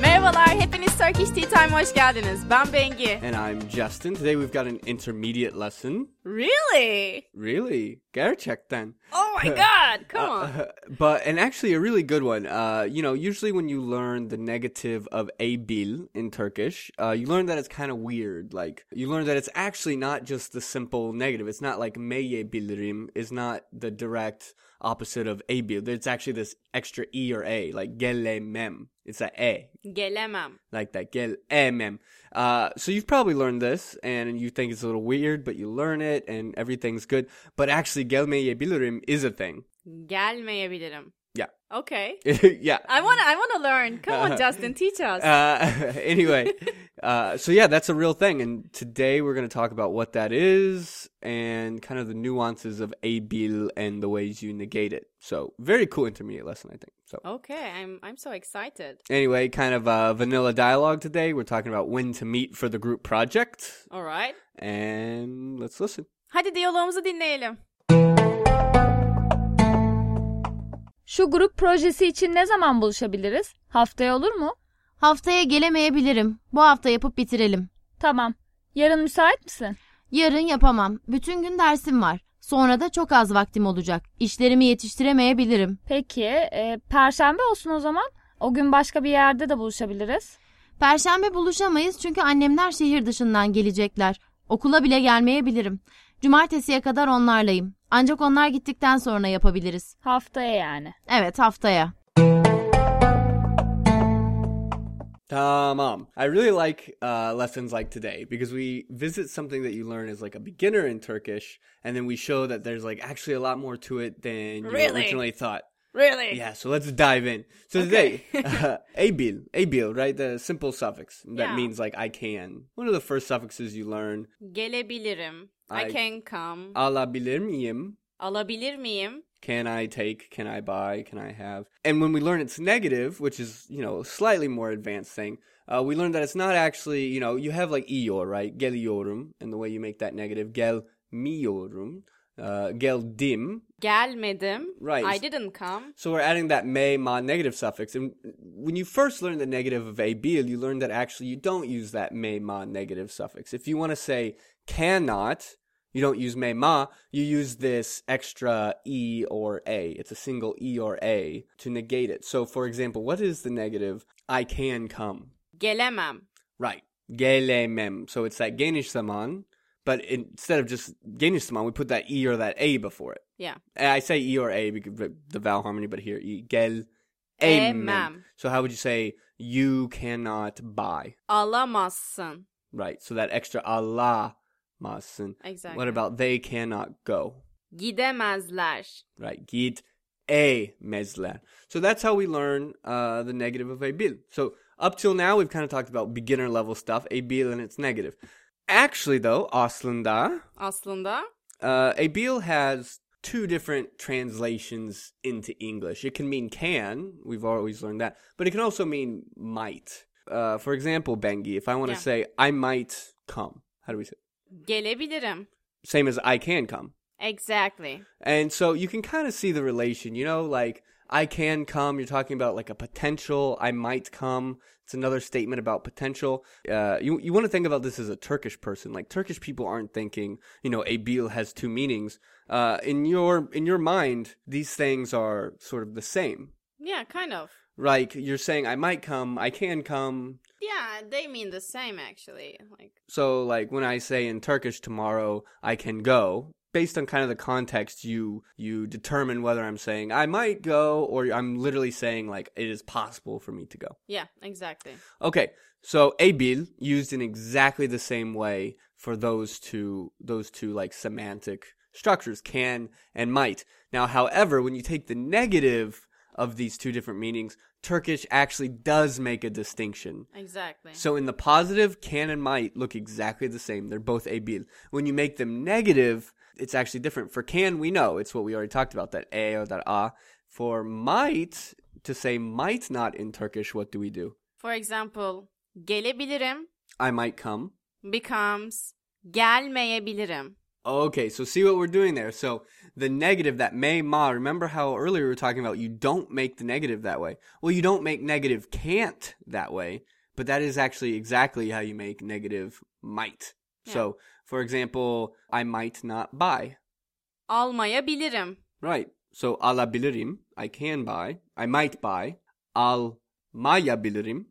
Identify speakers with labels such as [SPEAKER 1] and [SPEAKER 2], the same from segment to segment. [SPEAKER 1] Merhabalar, hepiniz Turkish Tea Time'a hoş geldiniz. Ben Bengi.
[SPEAKER 2] And I'm Justin. Today we've got an intermediate lesson.
[SPEAKER 1] Really?
[SPEAKER 2] Really? Gerçekten.
[SPEAKER 1] Oh my god, come
[SPEAKER 2] Uh,
[SPEAKER 1] on.
[SPEAKER 2] But, and actually a really good one. Uh, you know, usually when you learn the negative of abil in Turkish, uh, you learn that it's kind of weird. Like, you learn that it's actually not just the simple negative. It's not like meyebilirim is not the direct opposite of abil. It's actually this extra e or a, like gelemem. It's a e,
[SPEAKER 1] Gelemem.
[SPEAKER 2] like that. Gel emem. Uh, so you've probably learned this, and you think it's a little weird, but you learn it, and everything's good. But actually, gelmeyebilirim is a thing.
[SPEAKER 1] Gelmeyebilirim.
[SPEAKER 2] Yeah,
[SPEAKER 1] Okay.
[SPEAKER 2] yeah.
[SPEAKER 1] I wanna, I wanna learn. Come on Justin, teach us.
[SPEAKER 2] Uh, anyway, uh, so yeah, that's a real thing, and today we're going to talk about what that is and kind of the nuances of abil and the ways you negate it. So very cool intermediate lesson, I think. So.
[SPEAKER 1] Okay, I'm, I'm so excited.
[SPEAKER 2] Anyway, kind of uh, vanilla dialogue today. We're talking about when to meet for the group project,
[SPEAKER 1] Alright.
[SPEAKER 2] and let's listen.
[SPEAKER 1] Hadi diyaloğumuzu dinleyelim.
[SPEAKER 3] Şu grup projesi için ne zaman buluşabiliriz? Haftaya olur mu?
[SPEAKER 4] Haftaya gelemeyebilirim. Bu hafta yapıp bitirelim.
[SPEAKER 3] Tamam. Yarın müsait misin?
[SPEAKER 4] Yarın yapamam. Bütün gün dersim var. Sonra da çok az vaktim olacak. İşlerimi yetiştiremeyebilirim.
[SPEAKER 3] Peki, e, perşembe olsun o zaman. O gün başka bir yerde de buluşabiliriz.
[SPEAKER 4] Perşembe buluşamayız çünkü annemler şehir dışından gelecekler. Okula bile gelmeyebilirim. Cumartesiye kadar onlarlayım. Ancak onlar gittikten sonra yapabiliriz.
[SPEAKER 3] Haftaya yani.
[SPEAKER 4] Evet haftaya.
[SPEAKER 2] Uh, mom, I really like uh, lessons like today because we visit something that you learn as like a beginner in Turkish, and then we show that there's like actually a lot more to it than you
[SPEAKER 1] Really?
[SPEAKER 2] originally thought.
[SPEAKER 1] Really?
[SPEAKER 2] Yeah, so let's dive in. So
[SPEAKER 1] Okay.
[SPEAKER 2] today, uh, abil, abil, right? The simple suffix that
[SPEAKER 1] Yeah.
[SPEAKER 2] means like I can. One of the first suffixes you learn,
[SPEAKER 1] Gelebilirim. I
[SPEAKER 2] I- uh,
[SPEAKER 1] can come.
[SPEAKER 2] alabilir miyim?
[SPEAKER 1] Alabilir miyim?
[SPEAKER 2] Can I take? Can I buy? Can I have? And when we learn it's negative, which is, you know, a slightly more advanced thing, uh, we learn that it's not actually, you know, you have like ior, right? Geliyorum. And the way you make that negative, gel miorum, uh, gel dim.
[SPEAKER 1] Gelmedim.
[SPEAKER 2] Right.
[SPEAKER 1] I didn't come.
[SPEAKER 2] So we're adding that me, ma negative suffix. And when you first learn the negative of abil, you learn that actually you don't use that me, ma negative suffix. If you want to say cannot, you don't use me, ma, you use this extra e or a. It's a single e or a to negate it. So for example, what is the negative? I can come.
[SPEAKER 1] Gelemem.
[SPEAKER 2] Right. Gelemem. So it's that Ganish saman, but instead of just Ganish saman, we put that e or that a before it.
[SPEAKER 1] Yeah.
[SPEAKER 2] And I say E or A because of the vowel harmony, but here E gel
[SPEAKER 1] Emem.
[SPEAKER 2] emem. So how would you say you cannot buy?
[SPEAKER 1] Alamazsın.
[SPEAKER 2] Right. So that extra Allah masin.
[SPEAKER 1] Exactly.
[SPEAKER 2] What about they cannot go?
[SPEAKER 1] Gidemezler.
[SPEAKER 2] Right. Git a mezler. So that's how we learn uh, the negative of abil. So up till now we've kind of talked about beginner level stuff, abil and its negative. Actually though, aslında
[SPEAKER 1] Aslında
[SPEAKER 2] Uh, Abil has two different translations into English. It can mean can, we've always learned that, but it can also mean might. Uh, for example, Bengi, if I want to
[SPEAKER 1] Yeah.
[SPEAKER 2] say, I might come, how do we say?
[SPEAKER 1] gelebilirim.
[SPEAKER 2] Same as I can come.
[SPEAKER 1] Exactly.
[SPEAKER 2] And so you can kind of see the relation, you know, like I can come. You're talking about like a potential. I might come. It's another statement about potential. Uh, you you want to think about this as a Turkish person. Like Turkish people aren't thinking, you know, abil has two meanings. Uh, in your in your mind, these things are sort of the same.
[SPEAKER 1] Yeah, kind of.
[SPEAKER 2] Like you're saying, I might come. I can come.
[SPEAKER 1] Yeah, they mean the same actually. Like
[SPEAKER 2] So, like when I say in Turkish tomorrow, I can go. Based on kind of the context, you you determine whether I'm saying I might go or I'm literally saying like it is possible for me to go.
[SPEAKER 1] yeah, exactly.
[SPEAKER 2] Okay, so abil used in exactly the same way for those two those two like semantic structures can and might. Now, however, when you take the negative of these two different meanings, Turkish actually does make a distinction.
[SPEAKER 1] Exactly.
[SPEAKER 2] So in the positive, can and might look exactly the same. They're both abil. When you make them negative, it's actually different. For can, we know it's what we already talked about that a or that a. For might, to say might not in Turkish, what do we do?
[SPEAKER 1] For example, gelebilirim
[SPEAKER 2] I might come.
[SPEAKER 1] becomes gelmeyebilirim.
[SPEAKER 2] Okay, so see what we're doing there. So the negative that may ma. Remember how earlier we were talking about you don't make the negative that way. Well, you don't make negative can't that way, But that is actually exactly how you make negative might. So, for example, I might not buy.
[SPEAKER 1] Almayabilirim.
[SPEAKER 2] Right. So alabilirim, I can buy. I might buy. Almayabilirim.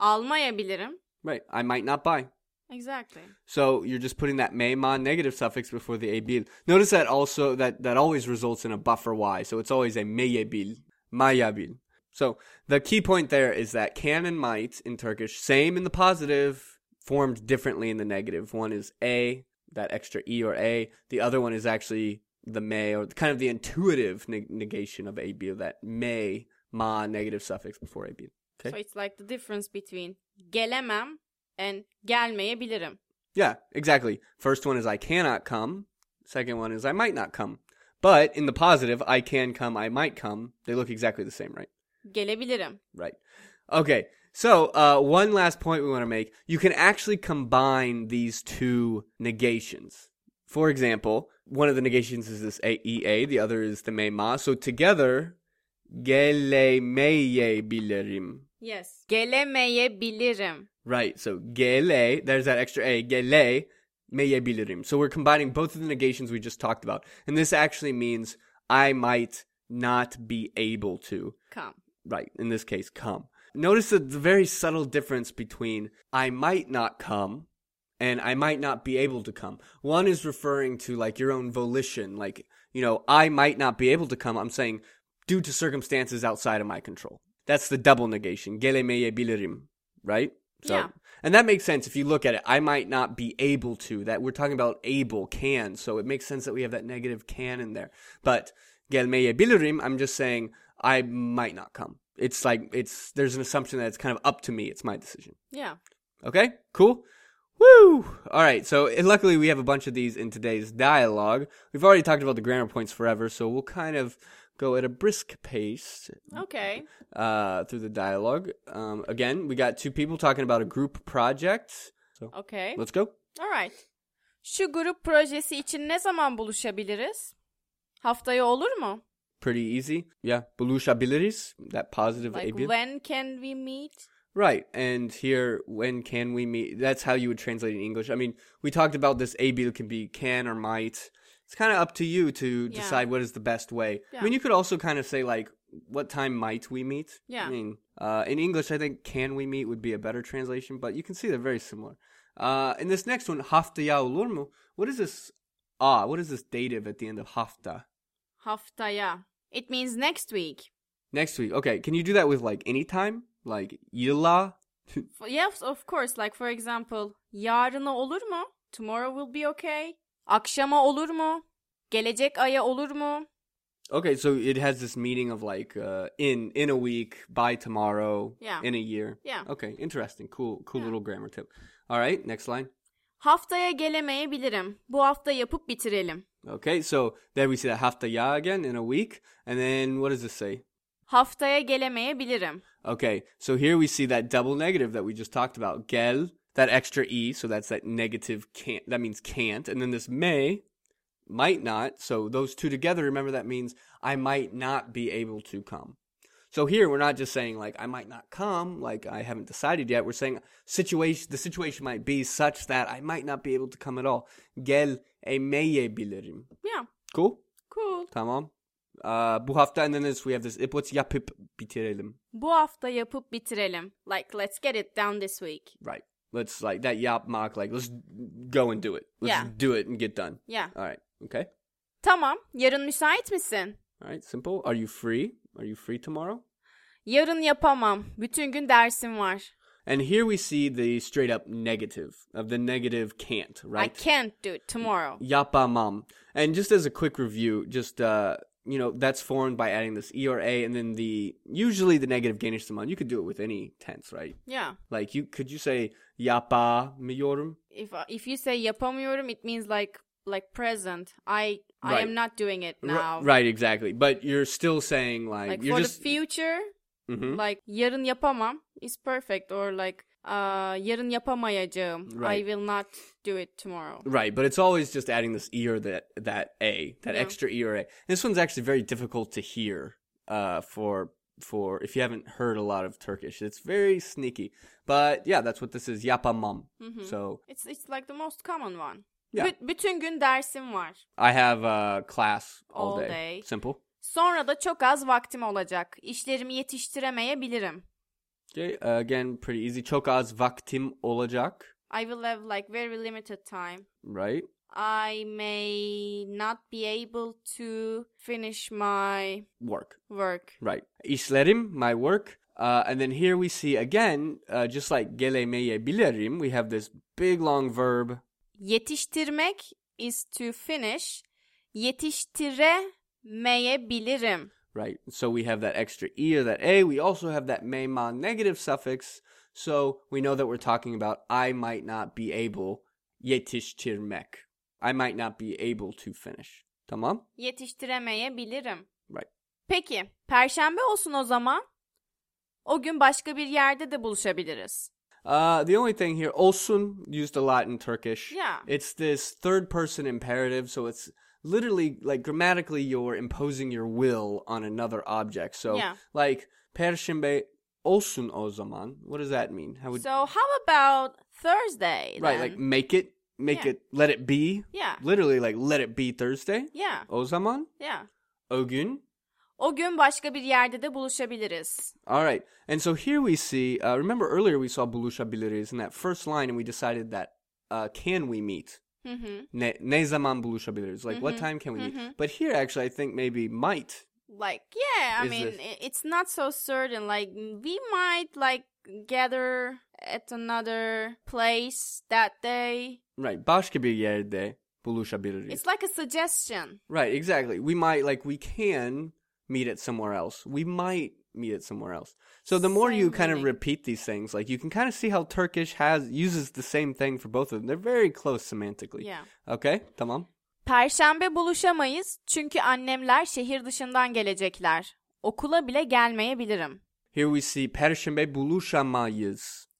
[SPEAKER 1] Almayabilirim.
[SPEAKER 2] Right. I might not buy.
[SPEAKER 1] Exactly.
[SPEAKER 2] So you're just putting that may ma negative suffix before the abil. Notice that also that that always results in a buffer y. So it's always a meyebil, mayabil. So the key point there is that can and might in Turkish same in the positive, formed differently in the negative. One is a that extra e or a. The other one is actually the may or kind of the intuitive neg- negation of abil that may ma negative suffix before abil.
[SPEAKER 1] So it's like the difference between gelemem and gelmeyebilirim.
[SPEAKER 2] Yeah, exactly. First one is I cannot come. Second one is I might not come. But in the positive, I can come, I might come. They look exactly the same, right?
[SPEAKER 1] Gelebilirim.
[SPEAKER 2] Right. Okay. So, uh, one last point we want to make. You can actually combine these two negations. For example, one of the negations is this AEA, the other is the mema. So together, gelemeyebilirim.
[SPEAKER 1] Yes. Gelemeyebilirim.
[SPEAKER 2] Right. So gele, there's that extra a. Gele meyebilirim. So we're combining both of the negations we just talked about. And this actually means I might not be able to.
[SPEAKER 1] Come.
[SPEAKER 2] Right. In this case, come. Notice the, the very subtle difference between I might not come and I might not be able to come. One is referring to like your own volition, like, you know, I might not be able to come. I'm saying due to circumstances outside of my control. That's the double negation. Gelemeyebilirim, right?
[SPEAKER 1] Yeah.
[SPEAKER 2] And that makes sense if you look at it. I might not be able to. That we're talking about able, can. So it makes sense that we have that negative can in there. But gelmeyebilirim, I'm just saying I might not come. It's like it's there's an assumption that it's kind of up to me. It's my decision.
[SPEAKER 1] Yeah.
[SPEAKER 2] Okay, cool. Woo! All right, so and luckily we have a bunch of these in today's dialogue. We've already talked about the grammar points forever, so we'll kind of go at a brisk pace
[SPEAKER 1] Okay.
[SPEAKER 2] uh, through the dialogue. Um, again, we got two people talking about a group project. So
[SPEAKER 1] Okay.
[SPEAKER 2] let's go.
[SPEAKER 1] Alright. Şu grup projesi için ne zaman buluşabiliriz? Haftaya olur mu?
[SPEAKER 2] Pretty easy. Yeah. Buluşabiliriz. That positive
[SPEAKER 1] Like
[SPEAKER 2] abil.
[SPEAKER 1] when can we meet?
[SPEAKER 2] Right. And here, when can we meet? That's how you would translate in English. I mean, we talked about this abil can be can or might. It's kind of up to you to
[SPEAKER 1] Yeah.
[SPEAKER 2] decide what is the best way. I
[SPEAKER 1] Yeah.
[SPEAKER 2] mean, you could also kind of say, like, what time might we meet?
[SPEAKER 1] Yeah.
[SPEAKER 2] I mean, uh, in English, I think can we meet would be a better translation, but you can see they're very similar. Uh, in this next one, haftaya olur mu? What is this? Ah, what is this dative at the end of hafta?
[SPEAKER 1] Haftaya. It means next week.
[SPEAKER 2] Next week. Okay. Can you do that with like any time? Like yıla?
[SPEAKER 1] F- Yes, of course. Like for example, yarına olur mu? Tomorrow will be okay. Akşama olur mu? Gelecek aya olur mu?
[SPEAKER 2] Okay, so it has this meaning of like uh, in in a week, by tomorrow,
[SPEAKER 1] Yeah.
[SPEAKER 2] in a year.
[SPEAKER 1] Yeah.
[SPEAKER 2] Okay, interesting. Cool, cool
[SPEAKER 1] Yeah.
[SPEAKER 2] little grammar tip. All right, next line.
[SPEAKER 1] Haftaya gelemeyebilirim. Bu hafta yapıp bitirelim.
[SPEAKER 2] Okay, so there we see that haftaya again in a week, and then what does this say?
[SPEAKER 1] Haftaya gelemeyebilirim.
[SPEAKER 2] Okay, so here we see that double negative that we just talked about. Gel, that extra e, so that's that negative can't. That means can't, and then this may, might not. So those two together, remember that means I might not be able to come. So here we're not just saying like I might not come, like I haven't decided yet. We're saying situation the situation might be such that I might not be able to come at all. Gel emeyebilirim.
[SPEAKER 1] Yeah,
[SPEAKER 2] Cool?
[SPEAKER 1] cool.
[SPEAKER 2] Tamam. Uh, bu hafta and then this we have this ipuç yapıp bitirelim.
[SPEAKER 1] Bu hafta yapıp bitirelim. Like let's get it down this week.
[SPEAKER 2] Right. Let's like that yap mock like let's go and do it. Let's
[SPEAKER 1] Yeah.
[SPEAKER 2] do it and get done.
[SPEAKER 1] Yeah.
[SPEAKER 2] All right. Okay.
[SPEAKER 1] Tamam. Yarın müsait misin?
[SPEAKER 2] All right. Simple. Are you free? Are you free tomorrow?
[SPEAKER 1] Yarın yapamam. Bütün gün dersim var.
[SPEAKER 2] And here we see the straight up negative of the negative can't, right?
[SPEAKER 1] I can't do it tomorrow.
[SPEAKER 2] Yapamam. And just as a quick review, just uh you know, that's formed by adding this E or A and then the usually the negative Danish zaman. You could do it with any tense, right?
[SPEAKER 1] Yeah.
[SPEAKER 2] Like you could you say yapamıyorum?
[SPEAKER 1] If if you say yapamıyorum it means like like present. I I
[SPEAKER 2] Right.
[SPEAKER 1] am not doing it
[SPEAKER 2] R-
[SPEAKER 1] now.
[SPEAKER 2] right, exactly. But you're still saying like,
[SPEAKER 1] Like
[SPEAKER 2] you're
[SPEAKER 1] for
[SPEAKER 2] just
[SPEAKER 1] the future
[SPEAKER 2] Mhm.
[SPEAKER 1] like yarın yapamam is perfect or like uh, yarın yapamayacağım. I
[SPEAKER 2] Right.
[SPEAKER 1] will not do it tomorrow.
[SPEAKER 2] Right, but it's always just adding this e or that that a, that
[SPEAKER 1] Yeah.
[SPEAKER 2] extra e or a. This one's actually very difficult to hear uh, for for if you haven't heard a lot of Turkish. It's very sneaky. But yeah, that's what this is. Yapamam.
[SPEAKER 1] Mm-hmm.
[SPEAKER 2] So
[SPEAKER 1] It's it's like the most common one.
[SPEAKER 2] Yeah.
[SPEAKER 1] Bü- bütün gün dersim var.
[SPEAKER 2] I have uh, class all,
[SPEAKER 1] All
[SPEAKER 2] day.
[SPEAKER 1] day.
[SPEAKER 2] Simple.
[SPEAKER 1] Sonra da çok az vaktim olacak. İşlerimi yetiştiremeyebilirim.
[SPEAKER 2] Okay. Uh, again, pretty easy. Çok az vaktim olacak.
[SPEAKER 1] I will have like very limited time.
[SPEAKER 2] Right.
[SPEAKER 1] I may not be able to finish my
[SPEAKER 2] Work.
[SPEAKER 1] work.
[SPEAKER 2] Right. İşlerim, my work. Uh, and then here we see again, uh, just like gelemeyebilirim, we have this big long verb.
[SPEAKER 1] Yetiştirmek is to finish. Yetiştiremeyebilirim.
[SPEAKER 2] Right. So we have that extra E or that A. We also have that me ma negative suffix. So we know that we're talking about I might not be able yetiştirmek. I might not be able to finish. Tamam?
[SPEAKER 1] Yetiştiremeyebilirim.
[SPEAKER 2] Right.
[SPEAKER 1] Peki, perşembe olsun o zaman. O gün başka bir yerde de buluşabiliriz.
[SPEAKER 2] Uh, the only thing here, olsun used a lot in Turkish.
[SPEAKER 1] Yeah.
[SPEAKER 2] It's this third person imperative, so it's literally like grammatically you're imposing your will on another object. So
[SPEAKER 1] Yeah.
[SPEAKER 2] like Perşembe olsun o zaman. What does that mean? How would
[SPEAKER 1] So how about Thursday?
[SPEAKER 2] right
[SPEAKER 1] then?
[SPEAKER 2] like make it make
[SPEAKER 1] Yeah. Ah.
[SPEAKER 2] it let it be
[SPEAKER 1] Yeah.
[SPEAKER 2] literally like let it be Thursday.
[SPEAKER 1] yeah,
[SPEAKER 2] O zaman
[SPEAKER 1] yeah.
[SPEAKER 2] o gün.
[SPEAKER 1] O gün başka bir yerde de buluşabiliriz.
[SPEAKER 2] All right. And so here we see, uh, remember earlier we saw buluşabiliriz in that first line and we decided that uh, can we meet?
[SPEAKER 1] Hı hı.
[SPEAKER 2] Ne, ne zaman buluşabiliriz? Like
[SPEAKER 1] Mm-hmm.
[SPEAKER 2] what time can we meet? But here actually I think maybe might.
[SPEAKER 1] Like yeah, I
[SPEAKER 2] Is
[SPEAKER 1] mean
[SPEAKER 2] this-
[SPEAKER 1] i- it's not so certain. Like we might like gather at another place that day.
[SPEAKER 2] Right. Başka bir yerde buluşabiliriz.
[SPEAKER 1] It's like a suggestion.
[SPEAKER 2] right, exactly. We might like we can meet it somewhere else. We might meet it somewhere else. So the more you
[SPEAKER 1] Same
[SPEAKER 2] kind of
[SPEAKER 1] meaning.
[SPEAKER 2] repeat these things, like you can kind of see how Turkish has uses the same thing for both of them. They're very close semantically.
[SPEAKER 1] Yeah.
[SPEAKER 2] Okay? Tamam.
[SPEAKER 1] Perşembe buluşamayız çünkü annemler şehir dışından gelecekler. Okula bile gelmeyebilirim.
[SPEAKER 2] Here we see Perşembe buluşamayız.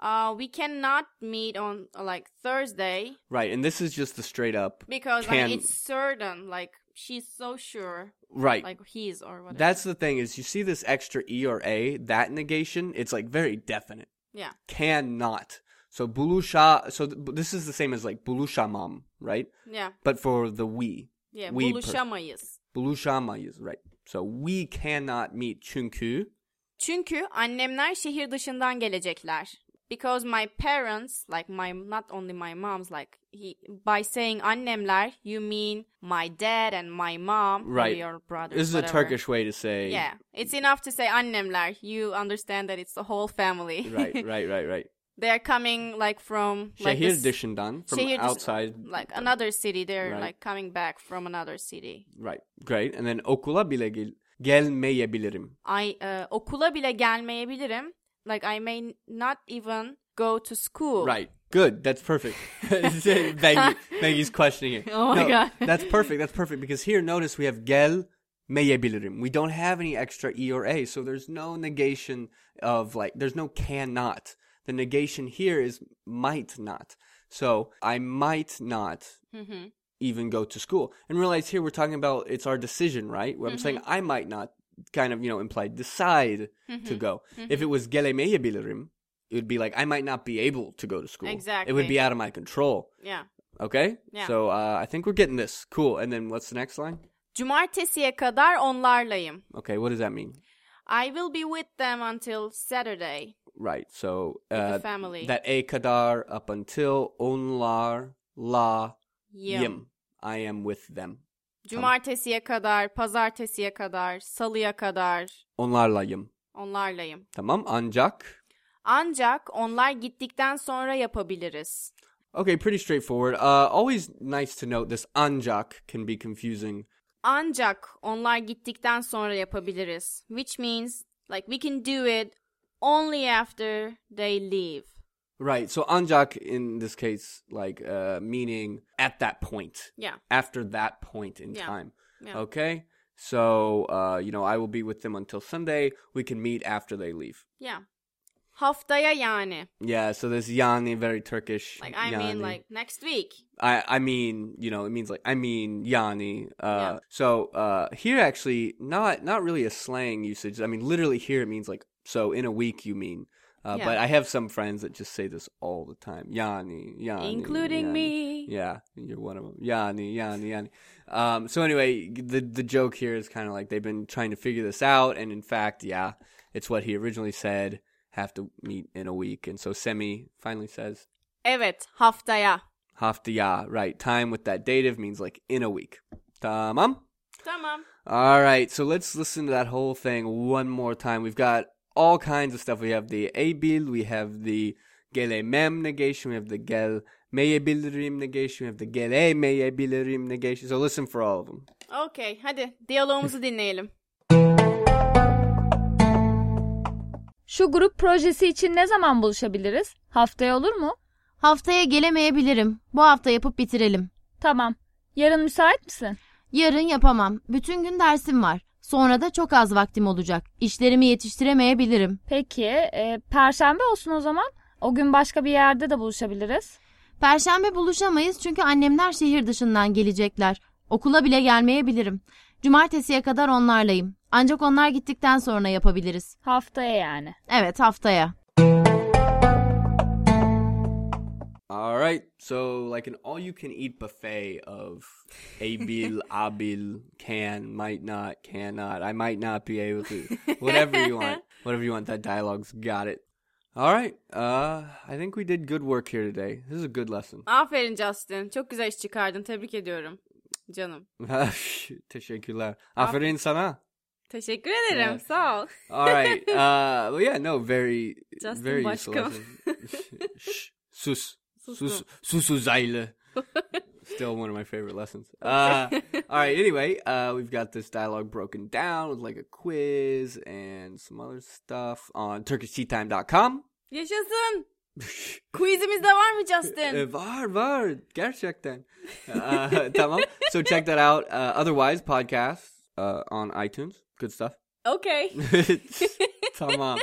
[SPEAKER 1] Uh, we cannot meet on like Thursday.
[SPEAKER 2] Right, and this is just the straight up
[SPEAKER 1] Because I
[SPEAKER 2] can
[SPEAKER 1] mean, it's certain, like she's so sure,
[SPEAKER 2] right.
[SPEAKER 1] like he's or whatever.
[SPEAKER 2] That's the thing is you see this extra e or a that negation. It's like very definite.
[SPEAKER 1] yeah,
[SPEAKER 2] Cannot. So bulusha. So th- this is the same as like bulushamam, right?
[SPEAKER 1] yeah,
[SPEAKER 2] But for the we.
[SPEAKER 1] yeah.
[SPEAKER 2] We per-
[SPEAKER 1] buluşamayız.
[SPEAKER 2] Buluşamayız, right? So we cannot meet çünkü
[SPEAKER 1] Çünkü annemler şehir dışından gelecekler. Because my parents, like my not only my mom's, like he by saying annemler, you mean my dad and my mom, or
[SPEAKER 2] Right.
[SPEAKER 1] Your brother.
[SPEAKER 2] this is a
[SPEAKER 1] whatever.
[SPEAKER 2] Turkish way to say.
[SPEAKER 1] Yeah, it's enough to say annemler. You understand that it's the whole family.
[SPEAKER 2] right, right, right, right.
[SPEAKER 1] they are coming like from like
[SPEAKER 2] Şehir
[SPEAKER 1] this-
[SPEAKER 2] dışından from
[SPEAKER 1] Şehir dışı-
[SPEAKER 2] outside.
[SPEAKER 1] like another city. They're
[SPEAKER 2] Right.
[SPEAKER 1] like coming back from another city.
[SPEAKER 2] Right, great. And then okula bile gel- gelmeyebilirim.
[SPEAKER 1] I e, okula bile gelmeyebilirim. Like I may not even go to school.
[SPEAKER 2] Right. Good. That's perfect. Maggie, Maggie's questioning it.
[SPEAKER 1] Oh my God.
[SPEAKER 2] that's perfect. That's perfect because here, notice we have gel meyebilirim. We don't have any extra e or a, so there's no negation of like there's no cannot. The negation here is might not. So I might not even go to school. And realize here we're talking about it's our decision, right? Where I'm saying
[SPEAKER 1] Mm-hmm.
[SPEAKER 2] I might not kind of, you know, implied decide
[SPEAKER 1] Mm-hmm.
[SPEAKER 2] to go. If it was gelemeyebilirim, it would be like I might not be able to go to school. It would
[SPEAKER 1] Exactly.
[SPEAKER 2] be out of my control.
[SPEAKER 1] Yeah.
[SPEAKER 2] Okay?
[SPEAKER 1] Yeah.
[SPEAKER 2] So uh, I think we're getting this. Cool. And then what's the next line?
[SPEAKER 1] Cumartesiye kadar onlarlayım.
[SPEAKER 2] Okay, what does that mean?
[SPEAKER 1] I will be with them until Saturday.
[SPEAKER 2] Right. So
[SPEAKER 1] the
[SPEAKER 2] uh,
[SPEAKER 1] family.
[SPEAKER 2] that a kadar up until onlar la yim. I am with them.
[SPEAKER 1] Cumartesiye kadar, pazartesiye kadar, salıya kadar
[SPEAKER 2] Onlarla yim.
[SPEAKER 1] onlarlayım.
[SPEAKER 2] Tamam. Ancak.
[SPEAKER 1] Ancak onlar gittikten sonra yapabiliriz.
[SPEAKER 2] Okay, pretty straightforward. Uh, always nice to note this ancak can be confusing.
[SPEAKER 1] Ancak onlar gittikten sonra yapabiliriz. Which means like we can do it only after they leave.
[SPEAKER 2] Right. So ancak in this case, like uh, meaning at that point,
[SPEAKER 1] Yeah.
[SPEAKER 2] after that point in
[SPEAKER 1] Yeah.
[SPEAKER 2] time.
[SPEAKER 1] Yeah.
[SPEAKER 2] Okay. So uh, you know, I will be with them until Sunday. We can meet after they leave.
[SPEAKER 1] Yeah. Haftaya yani.
[SPEAKER 2] Yeah, so this yani very Turkish.
[SPEAKER 1] Like I mean
[SPEAKER 2] yani.
[SPEAKER 1] like next week.
[SPEAKER 2] I I mean, you know, it means like I mean yani. Uh
[SPEAKER 1] Yeah.
[SPEAKER 2] so uh here actually not not really a slang usage. I mean literally here it means like so in a week you mean. Uh,
[SPEAKER 1] Yeah.
[SPEAKER 2] but I have some friends that just say this all the time. Yani, yani.
[SPEAKER 1] Including
[SPEAKER 2] yani.
[SPEAKER 1] me.
[SPEAKER 2] Yeah, you're one of them. Yani, yani, yani. Um, so anyway, the the joke here is kind of like they've been trying to figure this out, and in fact, yeah, it's what he originally said. Have to meet in a week, and so Semi finally says,
[SPEAKER 1] Evet haftaya.
[SPEAKER 2] Haftaya, right? Time with that dative means like in a week. Tamam.
[SPEAKER 1] Tamam.
[SPEAKER 2] All right, so let's listen to that whole thing one more time. We've got all kinds of stuff. We have the abil, we have the gelemem negation, we have the gel meyebilirim negation, we have the gele meyebilirim negation. So listen for all of them.
[SPEAKER 1] Okay hadi diyalogumuzu dinleyelim.
[SPEAKER 3] Şu grup projesi için ne zaman buluşabiliriz? Haftaya olur mu?
[SPEAKER 4] Haftaya gelemeyebilirim. Bu hafta yapıp bitirelim.
[SPEAKER 3] Tamam. Yarın müsait misin?
[SPEAKER 4] Yarın yapamam. Bütün gün dersim var. Sonra da çok az vaktim olacak. İşlerimi yetiştiremeyebilirim.
[SPEAKER 3] Peki, e, perşembe olsun o zaman. O gün başka bir yerde de buluşabiliriz.
[SPEAKER 4] Perşembe buluşamayız çünkü annemler şehir dışından gelecekler. Okula bile gelmeyebilirim. Cumartesiye kadar onlarlayım. Ancak onlar gittikten sonra yapabiliriz.
[SPEAKER 3] Haftaya yani.
[SPEAKER 4] Evet haftaya.
[SPEAKER 2] All right, so like an all you can eat buffet of abil, abil, can, might not, cannot. I might not be able to. Whatever you want. Whatever you want. That dialogue's got it. All right. Uh I think we did good work here today. This is a good lesson.
[SPEAKER 1] Aferin Justin. Çok güzel iş çıkardın. Tebrik ediyorum. Canım.
[SPEAKER 2] Teşekkürler. Aferin sana.
[SPEAKER 1] Teşekkür ederim.
[SPEAKER 2] Evet.
[SPEAKER 1] Sağ ol.
[SPEAKER 2] All right. Uh well, yeah, no, very
[SPEAKER 1] Justin
[SPEAKER 2] very useful
[SPEAKER 1] Başkan.
[SPEAKER 2] lesson. Shh, Sus. Sus
[SPEAKER 1] Sustum.
[SPEAKER 2] Susuzaile. Still one of my favorite lessons. Uh, all right. Anyway, uh, we've got this dialogue broken down with like a quiz and some other stuff on TurkishTeaTime.com.
[SPEAKER 1] Yaşasın. Quizimiz de var mı
[SPEAKER 2] Uh,
[SPEAKER 1] Justin?
[SPEAKER 2] var var gerçekten. Uh, tamam. So check that out. Uh, otherwise, podcasts uh, on iTunes. Good stuff.
[SPEAKER 1] okay.
[SPEAKER 2] tamam.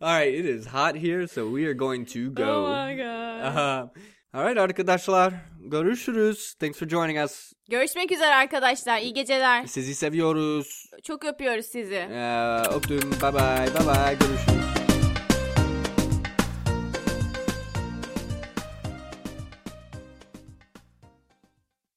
[SPEAKER 2] All right. It is hot here, so we are going to go.
[SPEAKER 1] Oh my god.
[SPEAKER 2] Uh, all right arkadaşlar. Görüşürüz. Thanks for joining us.
[SPEAKER 1] Görüşmek üzere arkadaşlar. İyi geceler.
[SPEAKER 2] Sizi seviyoruz.
[SPEAKER 1] Çok öpüyoruz sizi.
[SPEAKER 2] Ee, öptüm. Bye bye. Bye bye. Görüşürüz.